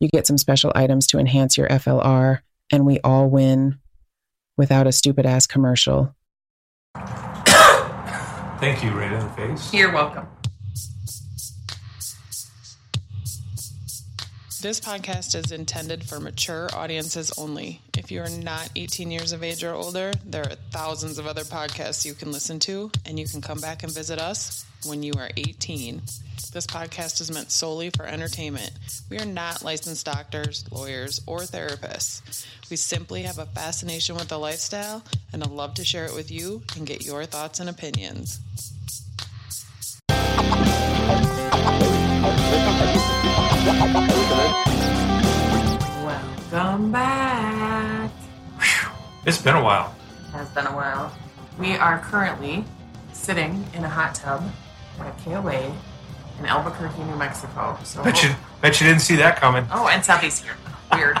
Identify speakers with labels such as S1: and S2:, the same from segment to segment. S1: You get some special items to enhance your FLR, and we all win without a stupid ass commercial.
S2: Thank you, right in the face.
S3: You're welcome.
S4: This podcast is intended for mature audiences only. If you are not 18 years of age or older, there are thousands of other podcasts you can listen to, and you can come back and visit us when you are 18. This podcast is meant solely for entertainment. We are not licensed doctors, lawyers, or therapists. We simply have a fascination with the lifestyle and i love to share it with you and get your thoughts and opinions.
S3: Welcome back.
S2: It's been a while.
S3: Has been a while. We are currently sitting in a hot tub at a KOA in Albuquerque, New Mexico. So,
S2: Bet you, bet you didn't see that coming.
S3: oh, and Sebby's here. Weird.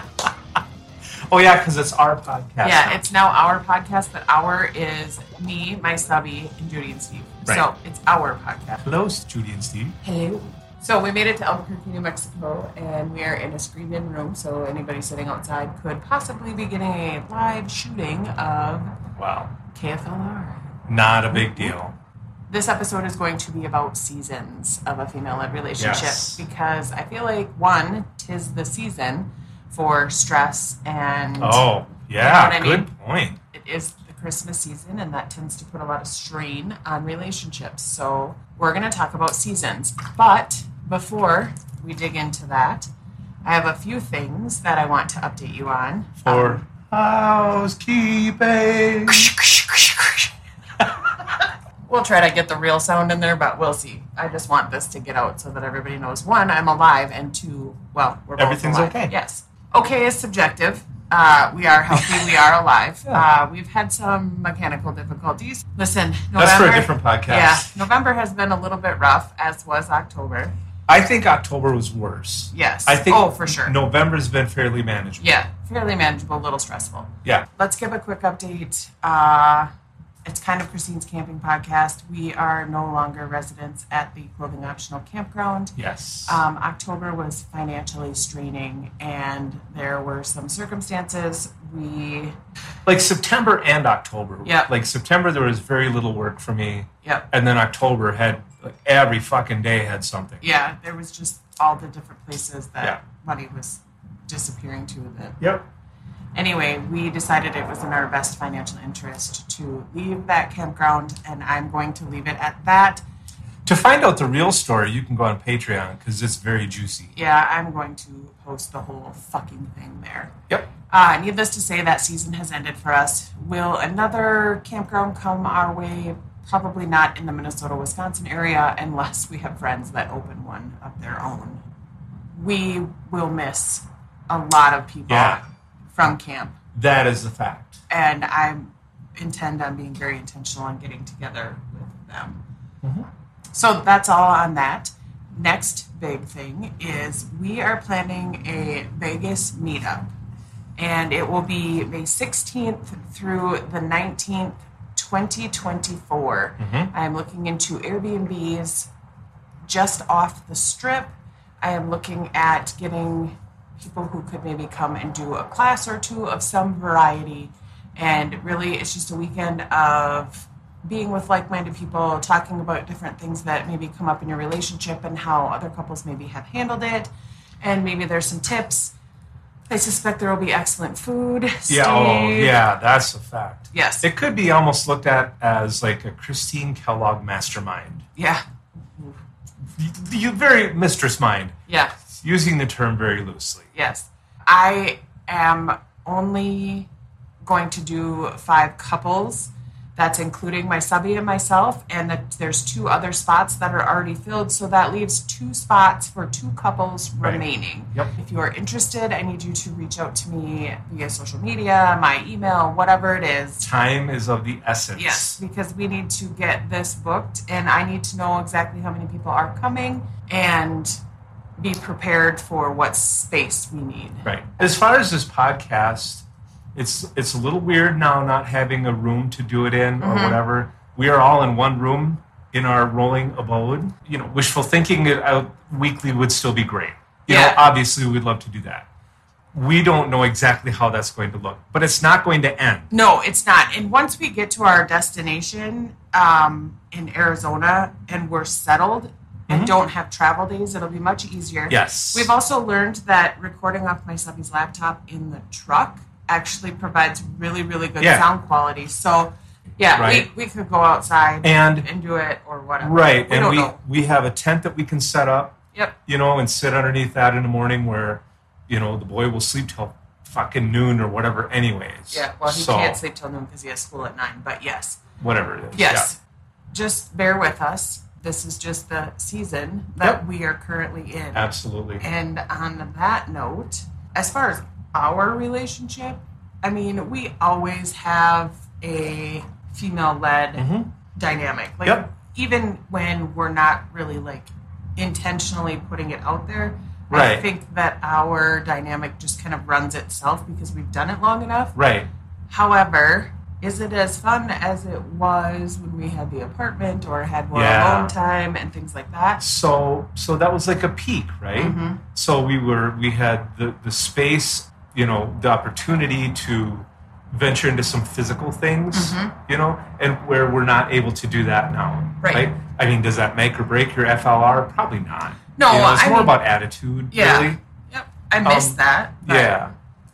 S2: Oh yeah, because it's our podcast.
S3: yeah, it's now our podcast, but our is me, my subby, and Judy and Steve. So
S2: Right.
S3: it's our podcast.
S2: hello, Judy and Steve.
S3: Hello. So we made it to Albuquerque, New Mexico, and we are in a screened-in room, so anybody sitting outside could possibly be getting a live shooting of
S2: Wow,
S3: KFLR.
S2: not a big deal.
S3: This episode is going to be about seasons of a female-led relationship
S2: Yes.
S3: because I feel like one, tis the season for stress, and
S2: Oh
S3: You
S2: yeah,
S3: know what I
S2: good point.
S3: it is the Christmas season, and that tends to put a lot of strain on relationships. So we're going to talk about seasons. But before we dig into that, I have a few things that I want to update you on.
S2: For
S3: Um,
S2: housekeeping.
S3: we'll try to get the real sound in there, but we'll see. I just want this to get out so that everybody knows one, I'm alive, and two, well, we're both
S2: Everything's
S3: alive.
S2: okay.
S3: Yes. Okay is subjective. Uh, we are healthy. we are alive. Uh, we've had some mechanical difficulties. Listen, November.
S2: That's for a different podcast.
S3: Yeah, November has been a little bit rough, as was October.
S2: I think October was worse.
S3: Yes.
S2: I think
S3: Oh, for sure.
S2: November's been fairly manageable.
S3: Yeah, fairly manageable, a little stressful.
S2: Yeah.
S3: Let's give a quick update. Uh, it's kind of Christine's Camping Podcast. We are no longer residents at the clothing optional campground.
S2: Yes.
S3: Um, October was financially straining, and there were some circumstances. We,
S2: like September and October.
S3: Yeah.
S2: Like September, there was very little work for me,
S3: yep,
S2: and then October had like every fucking day had something.
S3: yeah, there was just all the different places that
S2: Yeah.
S3: money was disappearing to that
S2: Yep.
S3: Anyway, we decided it was in our best financial interest to leave that campground, and I'm going to leave it at that.
S2: To find out the real story, you can go on Patreon because it's very juicy.
S3: Yeah, I'm going to post the whole fucking thing there.
S2: Yep.
S3: Uh, needless to say, that season has ended for us. Will another campground come our way? Probably not in the Minnesota Wisconsin area unless we have friends that open one of their own. We will miss a lot of people
S2: Yeah.
S3: from camp.
S2: That is the fact.
S3: and I intend on being very intentional on getting together with them.
S2: Mhm.
S3: So that's all on that. Next big thing is we are planning a Vegas meetup, and it will be May 16th through the 19th, 2024.
S2: Mhm.
S3: I'm looking into Airbnbs just off the strip. I am looking at getting people who could maybe come and do a class or two of some variety. And really, it's just a weekend of being with like minded people, talking about different things that maybe come up in your relationship and how other couples maybe have handled it. And maybe there's some tips. I suspect there will be excellent food.
S2: Yeah. Oh,
S3: Steve.
S2: yeah. That's a fact.
S3: Yes.
S2: It could be almost looked at as like a Christine Kellogg mastermind.
S3: yeah.
S2: You- You very mistress mind,
S3: Yeah.
S2: using the term very loosely.
S3: Yes. I am only going to do five couples. That's including my subby and myself, and that there's two other spots that are already filled. So that leaves two spots for two couples
S2: Right.
S3: remaining.
S2: Yep.
S3: If you are interested, I need you to reach out to me via social media, my email, whatever it is.
S2: Time is of the essence.
S3: Yes, because we need to get this booked, and I need to know exactly how many people are coming and be prepared for what space we need.
S2: Right. As far as this podcast, it's it's a little weird now not having a room to do it in
S3: Mm-hmm.
S2: or whatever. We are all in one room in our rolling abode. You know, wishful thinking out weekly would still be great. You know,
S3: Yeah.
S2: obviously we'd love to do that. We don't know exactly how that's going to look, but it's not going to end.
S3: No, it's not. And once we get to our destination um, in Arizona and we're settled and don't have travel days, it'll be much easier.
S2: Mm-hmm. Yes.
S3: We've also learned that recording off my subby's laptop in the truck actually provides really, really good
S2: Yeah.
S3: sound quality. So, yeah,
S2: Right.
S3: we, we could go outside
S2: and
S3: and do it or whatever.
S2: right,
S3: We
S2: and
S3: don't
S2: we
S3: know.
S2: we have a tent that we can set up,
S3: Yep.
S2: you know, and sit underneath that in the morning where, you know, the boy will sleep till fucking noon or whatever anyways.
S3: Yeah. Well, he
S2: So-
S3: can't sleep till noon because he has school at nine. But yes,
S2: whatever it is.
S3: yes. Just bear with us. This is just the season that
S2: Yep.
S3: we are currently in.
S2: Yeah, absolutely.
S3: And on that note, as far as our relationship, I mean, we always have a female led
S2: Mhm.
S3: dynamic. Like,
S2: Yep.
S3: even when we're not really like intentionally putting it out there, I
S2: Right.
S3: think that our dynamic just kind of runs itself because we've done it long enough.
S2: Right.
S3: However, is it as fun as it was when we had the apartment or had more
S2: Yeah.
S3: alone time and things like that?
S2: So so that was like a peak, right?
S3: Mhm.
S2: So we were we had the the space, you know, the opportunity to venture into some physical things,
S3: Mhm.
S2: you know, and where we're not able to do that now.
S3: Right.
S2: I mean, does that make or break your FLR? Probably not.
S3: No,
S2: You know, it's
S3: I
S2: more
S3: mean-
S2: about attitude,
S3: Yeah.
S2: really.
S3: Yep, I miss
S2: Um,
S3: that. but-
S2: Yeah.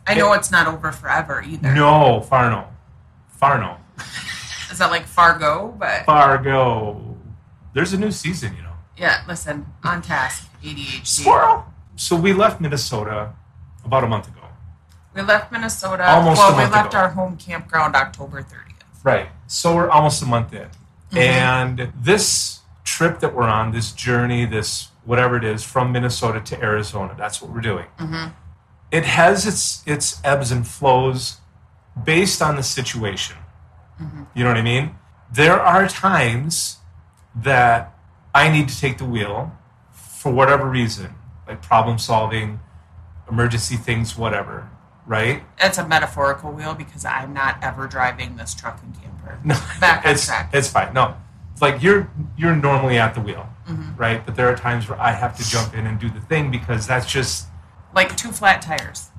S3: I know it's not over forever either.
S2: No, far no. Far no.
S3: Is that like Fargo? But
S2: Fargo. There's a new season, you know.
S3: yeah, listen, on task, ADHD.
S2: So we left Minnesota about a month ago.
S3: We left Minnesota.
S2: Almost
S3: well,
S2: a
S3: we
S2: month
S3: left
S2: ago.
S3: our home campground October 30th.
S2: Right. So we're almost a month in. And this trip that we're on, this journey, this whatever it is from Minnesota to Arizona, that's what we're doing.
S3: Mhm.
S2: It has its its ebbs and flows based on the situation. You know what I mean? There are times that I need to take the wheel for whatever reason, like problem solving, emergency things, whatever, right?
S3: That's a metaphorical wheel because I'm not ever driving this truck and camper.
S2: No,
S3: Back on
S2: it's
S3: track.
S2: it's fine. No, it's like you're you're normally at the wheel,
S3: Mm-hmm.
S2: right? But there are times where I have to jump in and do the thing because that's just
S3: Like two flat tires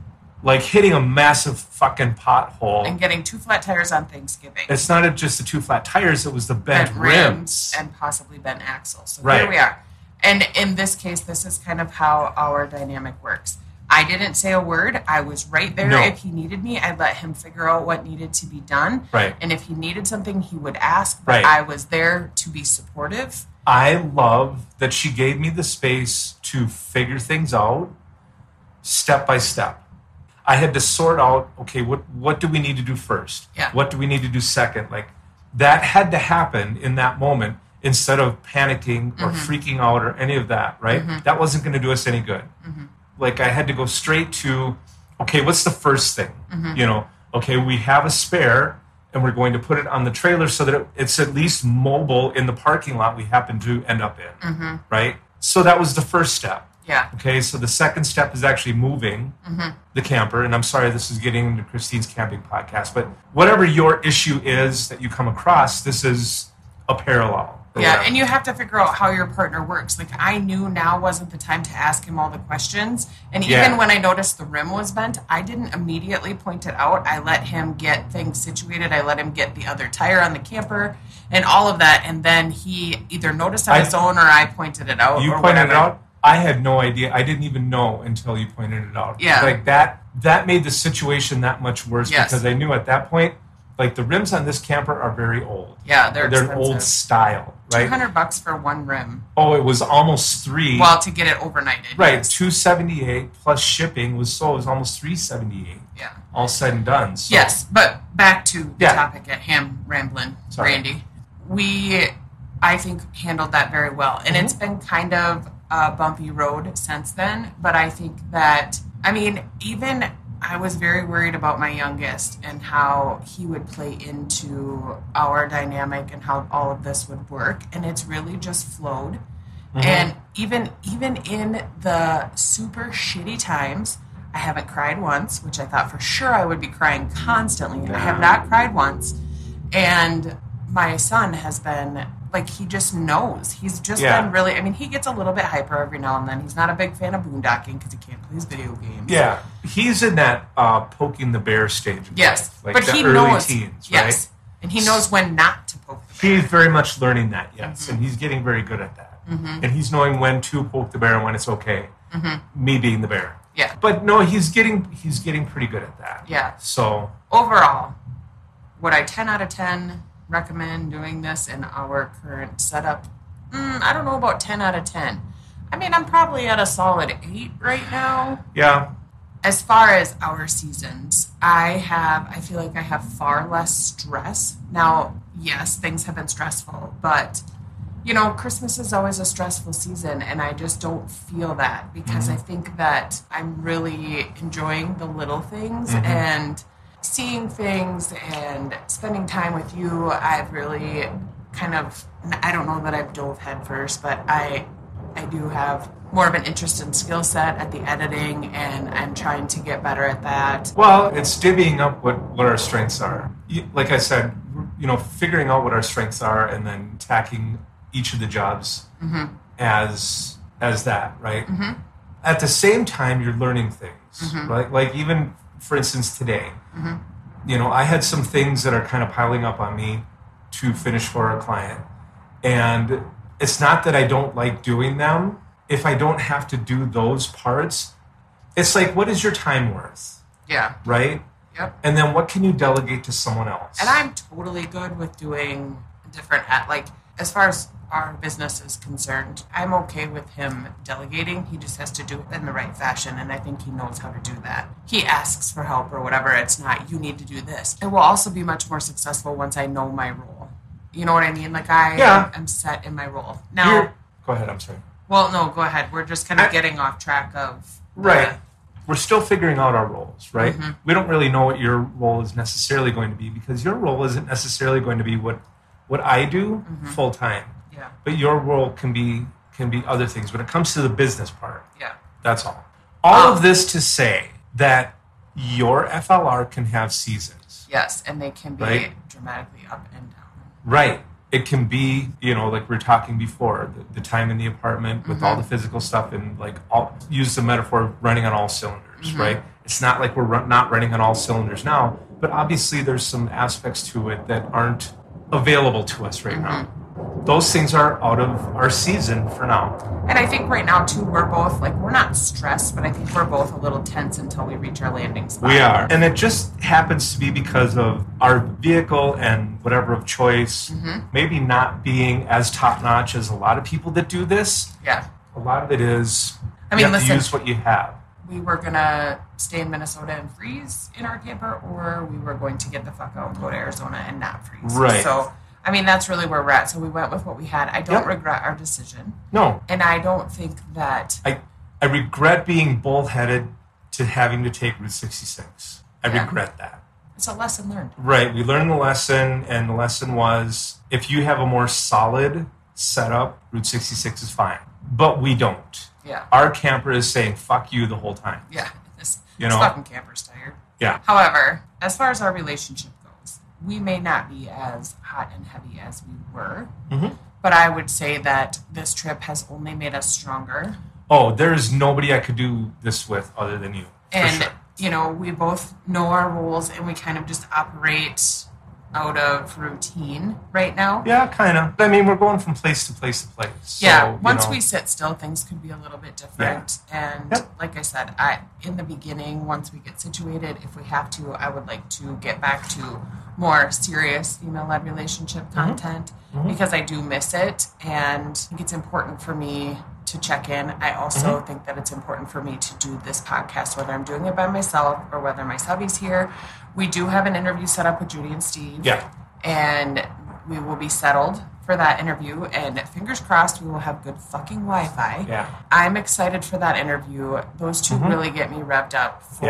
S2: like hitting a massive fucking pothole.
S3: and getting two flat tires on Thanksgiving.
S2: it's not just the two flat tires; it was the bent,
S3: bent
S2: rims.
S3: rims and possibly bent axles. So
S2: Right.
S3: here we are. And in this case, this is kind of how our dynamic works. I didn't say a word. I was right there.
S2: No.
S3: If he needed me, I let him figure out what needed to be done.
S2: Right.
S3: And if he needed something, he would ask. But
S2: Right.
S3: I was there to be supportive.
S2: I love that she gave me the space to figure things out step by step. I had to sort out, okay, what what do we need to do first?
S3: Yeah.
S2: What do we need to do second? Like that had to happen in that moment instead of panicking or freaking out or any of that, right? That wasn't going to do us any good. Like I had to go straight to, okay, what's the first thing?
S3: Mm-hmm.
S2: You know, okay, we have a spare and we're going to put it on the trailer so that it, it's at least mobile in the parking lot we happen to end up in,
S3: Mm-hmm.
S2: right? So that was the first step.
S3: Yeah.
S2: Okay, so the second step is actually moving
S3: Mm-hmm.
S2: the camper. And I'm sorry this is getting into Christine's camping podcast, but whatever your issue is that you come across, this is a parallel. or
S3: Yeah,
S2: whatever.
S3: and you have to figure out how your partner works. Like I knew now wasn't the time to ask him all the questions, and even
S2: Yeah.
S3: when I noticed the rim was bent, I didn't immediately point it out. I let him get things situated. I let him get the other tire on the camper and all of that, and then he either noticed on
S2: I-
S3: his own or I pointed it out.
S2: you
S3: or
S2: pointed
S3: whatever.
S2: it out. I had no idea. I didn't even know until you pointed it out.
S3: Yeah.
S2: Like that that made the situation that much worse
S3: Yes.
S2: because I knew at that point like the rims on this camper are very old.
S3: Yeah, they're
S2: They're an old
S3: expensive.
S2: style,
S3: Two
S2: right?
S3: hundred bucks for one rim.
S2: Oh, it was almost three.
S3: Well, to get it overnighted.
S2: right,
S3: yes.
S2: two seventy eight plus shipping was so it was almost three seventy eight.
S3: Yeah.
S2: All said and done. So,
S3: Yes, but back to the
S2: Yeah.
S3: topic at ham rambling,
S2: Sorry.
S3: Randy. We, I think, handled that very well, and it's
S2: Mm-hmm.
S3: been kind of a bumpy road since then. But I think that, I mean, even I was very worried about my youngest and how he would play into our dynamic and how all of this would work, and it's really just flowed.
S2: Mhm.
S3: And even even in the super shitty times, I haven't cried once, which I thought for sure I would be crying constantly. I have not cried once. And my son has been like he just knows. He's just
S2: Yeah.
S3: been really I mean, he gets a little bit hyper every now and then. He's not a big fan of boondocking because he can't play his video games.
S2: Yeah, he's in that uh, poking the bear stage. of
S3: Yes.
S2: life, like
S3: but
S2: the
S3: he
S2: early
S3: knows
S2: teens,
S3: yes. And he knows when not to poke the
S2: right? He's very much learning that, yes,
S3: Mm-hmm.
S2: and he's getting very good at that, and he's knowing when to poke the bear and when it's okay. Me being the bear,
S3: Mm-hmm. Yeah.
S2: but no, he's getting he's getting pretty good at that.
S3: Yeah.
S2: So
S3: overall, would I 10 out of 10 recommend doing this in our current setup? Mm, I don't know about 10 out of 10. I mean, I'm probably at a solid 8 right now.
S2: yeah,
S3: As far as our seasons, I have, I feel like I have far less stress. Now, yes, things have been stressful, but you know, Christmas is always a stressful season, and I just don't feel that because I think that I'm really enjoying the little things
S2: Mhm.
S3: and seeing things and spending time with you. I've really kind of, I don't know that I've dove headfirst, but I, I do have more of an interest and skill set at the editing, and I'm trying to get better at that.
S2: Well, it's divvying up what, what our strengths are. You- Like I said, you know, figuring out what our strengths are and then tacking each of the jobs as as that, right? At the same time, you're learning things, right? Like even for instance today, you know, I had some things that are kind of piling up on me to finish for a client, and it's not that I don't like doing them. If I don't have to do those parts, it's like, what is your time worth?
S3: Yeah.
S2: right?
S3: Yep.
S2: And then what can you delegate to someone else?
S3: And I'm totally good with doing different at like as far as our business is concerned, I'm okay with him delegating. He just has to do it in the right fashion and I think he knows how to do that. He asks for help or whatever. It's not you need to do this. It will also be much more successful once I know my role. You know what I mean? Like I
S2: Yeah.
S3: am set in my role. Now
S2: You're- go ahead. I'm sorry.
S3: well no, go ahead. We're just kind of
S2: I-
S3: getting off track of the-
S2: Right. We're still figuring out our roles, right?
S3: Mm-hmm.
S2: We don't really know what your role is necessarily going to be because your role isn't necessarily going to be what what I do
S3: Mm-hmm.
S2: full time,
S3: yeah.
S2: but your role can be can be other things when it comes to the business part.
S3: Yeah.
S2: That's all. All
S3: Oh.
S2: of this to say that your FLR can have seasons.
S3: Yes. And they can be
S2: Right.
S3: dramatically up and down.
S2: Right. It can be, you know, like we are talking before, the, the time in the apartment with all the physical stuff and like all, use the metaphor of running on all cylinders, right? It's not like we're run, not running on all cylinders now, but obviously there's some aspects to it that aren't available to us right now. Those things are out of our season for now.
S3: And I think right now too, we're both like we're not stressed, but I think we're both a little tense until we reach our landing spot.
S2: We are. And it just happens to be because of our vehicle and whatever of choice, maybe not being as top notch as a lot of people that do this.
S3: Yeah,
S2: a lot of it is
S3: I mean,
S2: you have to
S3: listen.
S2: use what you have.
S3: we were gonna stay in Minnesota and freeze in our camper, or we were going to get the fuck out and go to Arizona and not freeze.
S2: Right.
S3: So I mean, that's really where we're at. So we went with what we had. I don't
S2: Yep.
S3: regret our decision,
S2: No,
S3: and I don't think that
S2: I I regret being bullheaded to having to take Route 66. I
S3: Yeah.
S2: regret that.
S3: it's a lesson learned.
S2: Right, we learned the lesson, and the lesson was if you have a more solid setup, Route 66 is fine. But we don't.
S3: Yeah.
S2: Our camper is saying "fuck you" the whole time.
S3: Yeah. This,
S2: You
S3: this
S2: know.
S3: fucking camper's tired.
S2: Yeah.
S3: However, as far as our relationship goes, we may not be as hot and heavy as we were.
S2: Mhm.
S3: But I would say that this trip has only made us stronger.
S2: Oh, there is nobody I could do this with other than you.
S3: And,
S2: for sure.
S3: you know, we both know our roles and we kind of just operate
S5: out of routine right now.
S2: Yeah, kind of. I mean, we're going from place to place to place. So,
S3: yeah,
S2: you
S3: once
S2: know,
S3: we sit still, things could be a little bit different. And
S2: Yep.
S3: like I said, I in the beginning, once we get situated, if we have to, I would like to get back to more serious female-led relationship content
S2: Mhm.
S3: because I do miss it, and I think it's important for me to check in. I also
S2: Mm-hmm.
S3: think that it's important for me to do this podcast, whether I'm doing it by myself or whether my subby's here. We do have an interview set up with Judy and Steve
S2: Yeah.
S3: and we will be settled for that interview. And fingers crossed, we will have good fucking Wi Fi.
S2: Yeah.
S3: I'm excited for that interview. Those 2
S2: Mhm.
S3: really get me revved up for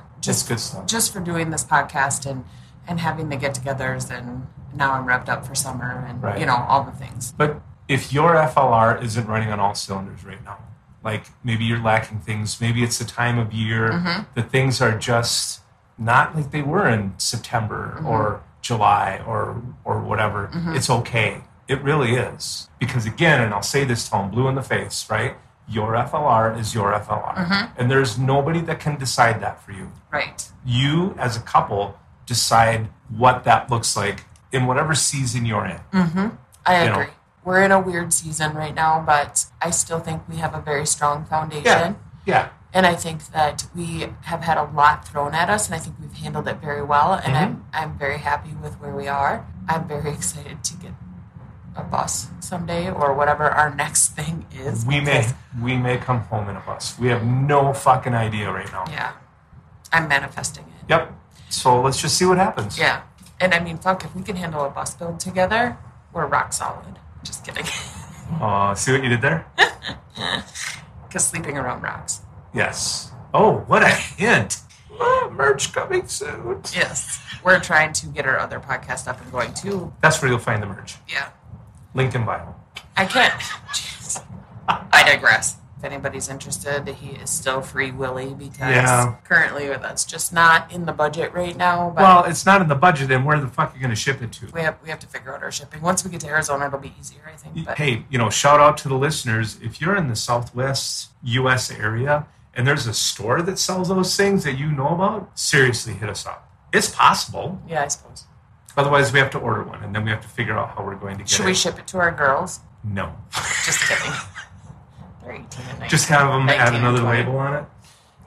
S2: Yeah. Just
S3: just
S2: good stuff.
S3: just for doing this podcast and and having the get-togethers. And now I'm revved up for summer and
S2: Right.
S3: you know all the things.
S2: But if your FLR isn't running on all cylinders right now, like maybe you're lacking things, maybe it's the time of year that things are just not like they were in September or July or or whatever, it's okay. It really is. Because again, and I'll say this till I'm blue in the face, right? Your FLR is your FLR. And there's nobody that can decide that for you
S3: Right.
S2: you as a couple decide what that looks like in whatever season you're in.
S3: Mm-hmm. I
S2: You know.
S3: agree. We're in a weird season right now, but I still think we have a very strong foundation.
S2: Yeah.
S3: And I think that we have had a lot thrown at us, and I think we've handled it very well. And
S2: Mm-hmm.
S3: I'm, I'm very happy with where we are. I'm very excited to get a bus someday or whatever our next thing is.
S2: We may
S3: because-
S2: we may come home in a bus. We have no fucking idea right now.
S3: Yeah. I'm manifesting it.
S2: Yep. So let's just see what happens.
S3: Yeah. And I mean, fuck, if we can handle a bus build together, we're rock solid. Just kidding.
S2: Uh, see what you did there?
S3: Because sleeping around rocks.
S2: yes. Oh, what a hint. Oh, merch coming soon.
S3: Yes. We're trying to get our other podcast up and going too.
S2: That's where you'll find the merch.
S3: Yeah.
S2: Link in bio.
S3: I can't. Jeez. I digress. If anybody's interested, he is still free Willie because
S2: Yeah.
S3: currently that's just not in the budget right now. But
S2: Well, it's not in the budget, and where the fuck are you going to ship it to?
S3: we have we have to figure out our shipping. Once we get to Arizona, it'll be easier, I think. But
S2: hey, you know, shout out to the listeners. If you're in the Southwest U.S. area and there's a store that sells those things that you know about, seriously hit us up. It's possible.
S3: yeah, I suppose.
S2: Otherwise, we have to order one, and then we have to figure out how we're going to get
S3: Should
S2: it.
S3: we ship it to our girls?
S2: no,
S3: Just kidding. They're 18 and 19.
S2: just have them add
S3: 19,
S2: another
S3: 20.
S2: label on it.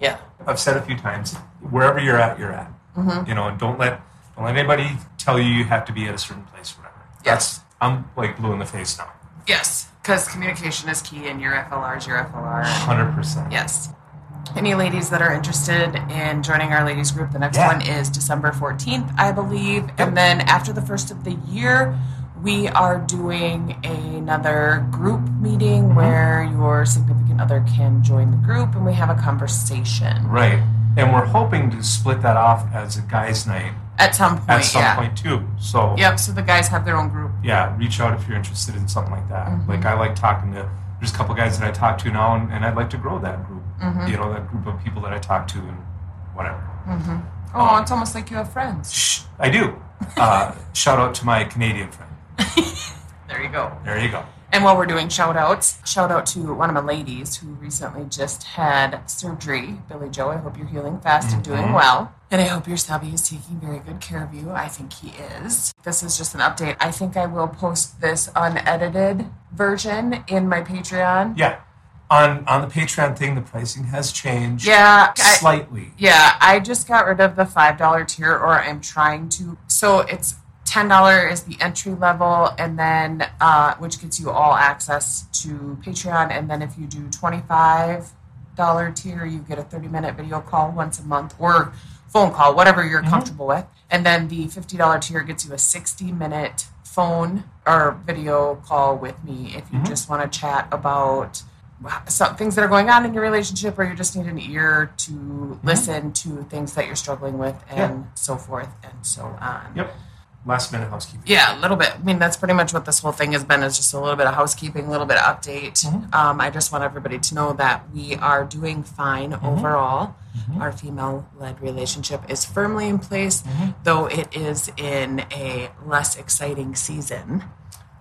S3: yeah.
S2: I've said a few times, wherever you're at, you're at.
S3: Mm-hmm.
S2: You know, and don't let don't let anybody tell you you have to be at a certain place, or whatever.
S3: Yes.
S2: That's, I'm like blue in the face now,
S3: Yes. Because communication is key, and your FLR is your FLR.
S2: hundred percent.
S3: Yes. Any ladies that are interested in joining our ladies group, the next
S2: Yeah.
S3: one is December 14th, I believe. And then after the first of the year, we are doing another group meeting
S2: Mm-hmm.
S3: where your significant other can join the group and we have a conversation
S2: Right, and we're hoping to split that off as a guys' night
S3: at some point.
S2: at some
S3: yeah.
S2: point too. So
S3: Yep. So the guys have their own group.
S2: yeah, reach out if you're interested in something like that.
S3: Mm-hmm.
S2: Like I like talking to there's a couple guys that I talk to now, and, and I'd like to grow that group.
S3: Mm-hmm.
S2: You know, that group of people that I talk to and whatever.
S3: Oh, it's almost like you have friends.
S2: Shh, I do. Uh, shout out to my Canadian friend.
S3: There you go.
S2: There you go.
S3: And while we're doing shout outs, shout out to one of my ladies who recently just had surgery. Billy Joe, I hope you're healing fast and doing well. And I hope your subby is taking very good care of you. I think he is. This is just an update. I think I will post this unedited version in my Patreon.
S2: Yeah, on on the Patreon thing, the pricing has changed.
S3: Yeah. I-
S2: slightly.
S3: Yeah, I just got rid of the $5 tier, or I'm trying to. So it's $10 is the entry level, and then, uh, which gets you all access to Patreon. And then if you do $25 tier, you get a 30 minute video call once a month or phone call, whatever you're comfortable with. And then the $50 tier gets you a 60 minute phone or video call with me if you just want to chat about some things that are going on in your relationship or you just need an ear to listen to things that you're struggling with and so forth and so on
S2: Yep. Last minute housekeeping.
S3: yeah a little bit i mean that's pretty much what this whole thing has been is just a little bit of housekeeping a little bit of update um, i just want everybody to know that we are doing fine overall our female-led relationship is firmly in place though it is in a less exciting season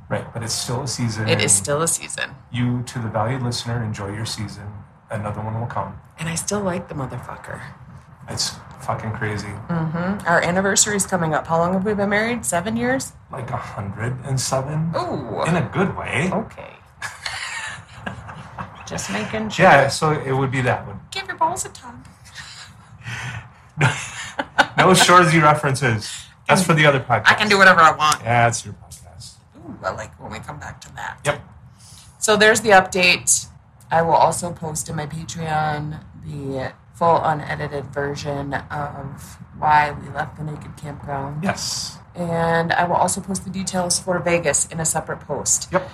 S2: Right, but it's still a season.
S3: it is still a season
S2: You to the valued listener, enjoy your season. Another one will come.
S3: and i still like the motherfucker
S2: It's fucking crazy.
S3: Mm-hmm. Our anniversary is coming up. How long have we been married? Seven years?
S2: Like a hundred and seven.
S3: Ooh.
S2: In a good way.
S3: Okay. Just making sure.
S2: Yeah, so it would be that one.
S3: Give your balls a tug.
S2: No Shorzy references. That's for the other podcast.
S3: I can do whatever I want.
S2: Yeah, it's your podcast.
S3: Ooh, I like when we come back to that.
S2: Yep.
S3: So there's the update. I will also post in my Patreon the full unedited version of why we left the naked campground.
S2: Yes.
S3: And I will also post the details for Vegas in a separate post.
S2: Yep.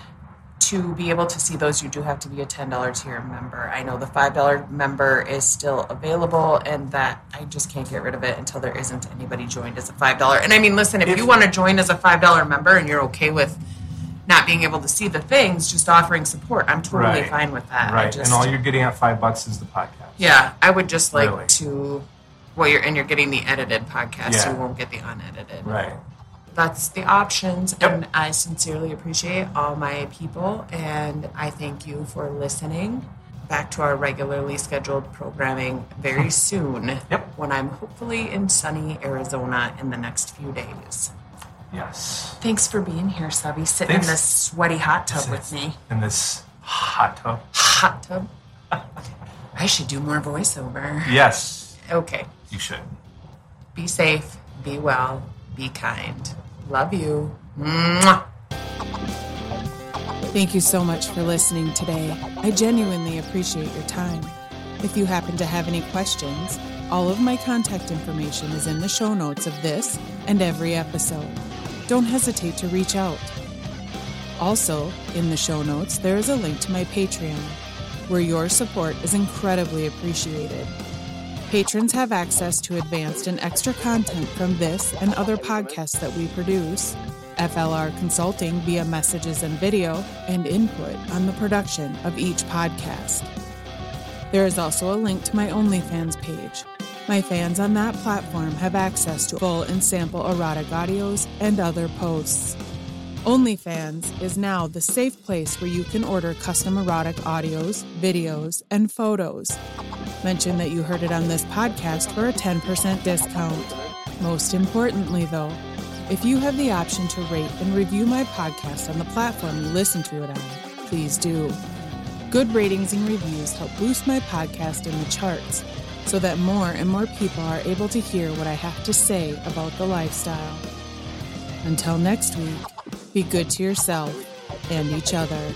S3: To be able to see those, you do have to be a $10 tier member. I know the $5 member is still available, and that I just can't get rid of it until there isn't anybody joined as a $5. And I mean, listen, if,
S2: If-
S3: you want to join as a $5 member and you're okay with not being able to see the things, just offering support, I'm totally
S2: Right.
S3: fine with that. I
S2: Right.
S3: Uh, just-
S2: and all you're getting at five bucks is the podcast.
S3: yeah, I would just like
S2: Really?
S3: to. Well, you're and you're getting the edited podcast.
S2: Yeah.
S3: You won't get the unedited.
S2: Right.
S3: That's the options,
S2: Yep.
S3: and I sincerely appreciate all my people, and I thank you for listening. Back to our regularly scheduled programming very soon.
S2: Yep.
S3: When I'm hopefully in sunny Arizona in the next few days.
S2: Yes.
S3: Thanks for being here, Subby. Sitting
S2: Thanks.
S3: in this sweaty hot tub with me.
S2: In this hot tub.
S3: Hot tub. I should do more voiceover.
S2: Yes.
S3: Okay.
S2: You should.
S3: Be safe, be well, be kind. Love you. Mwah.
S4: Thank you so much for listening today. I genuinely appreciate your time. If you happen to have any questions, all of my contact information is in the show notes of this and every episode. Don't hesitate to reach out. Also, in the show notes, there is a link to my Patreon, where your support is incredibly appreciated. Patrons have access to advanced and extra content from this and other podcasts that we produce, FLR consulting via messages and video, and input on the production of each podcast. There is also a link to my OnlyFans page. My fans on that platform have access to full and sample erotic audios and other posts. OnlyFans is now the safe place where you can order custom erotic audios, videos, and photos. Mention that you heard it on this podcast for a 10% discount. Most importantly, though, if you have the option to rate and review my podcast on the platform you listen to it on, please do. Good ratings and reviews help boost my podcast in the charts so that more and more people are able to hear what I have to say about the lifestyle. Until next week, be good to yourself and each other.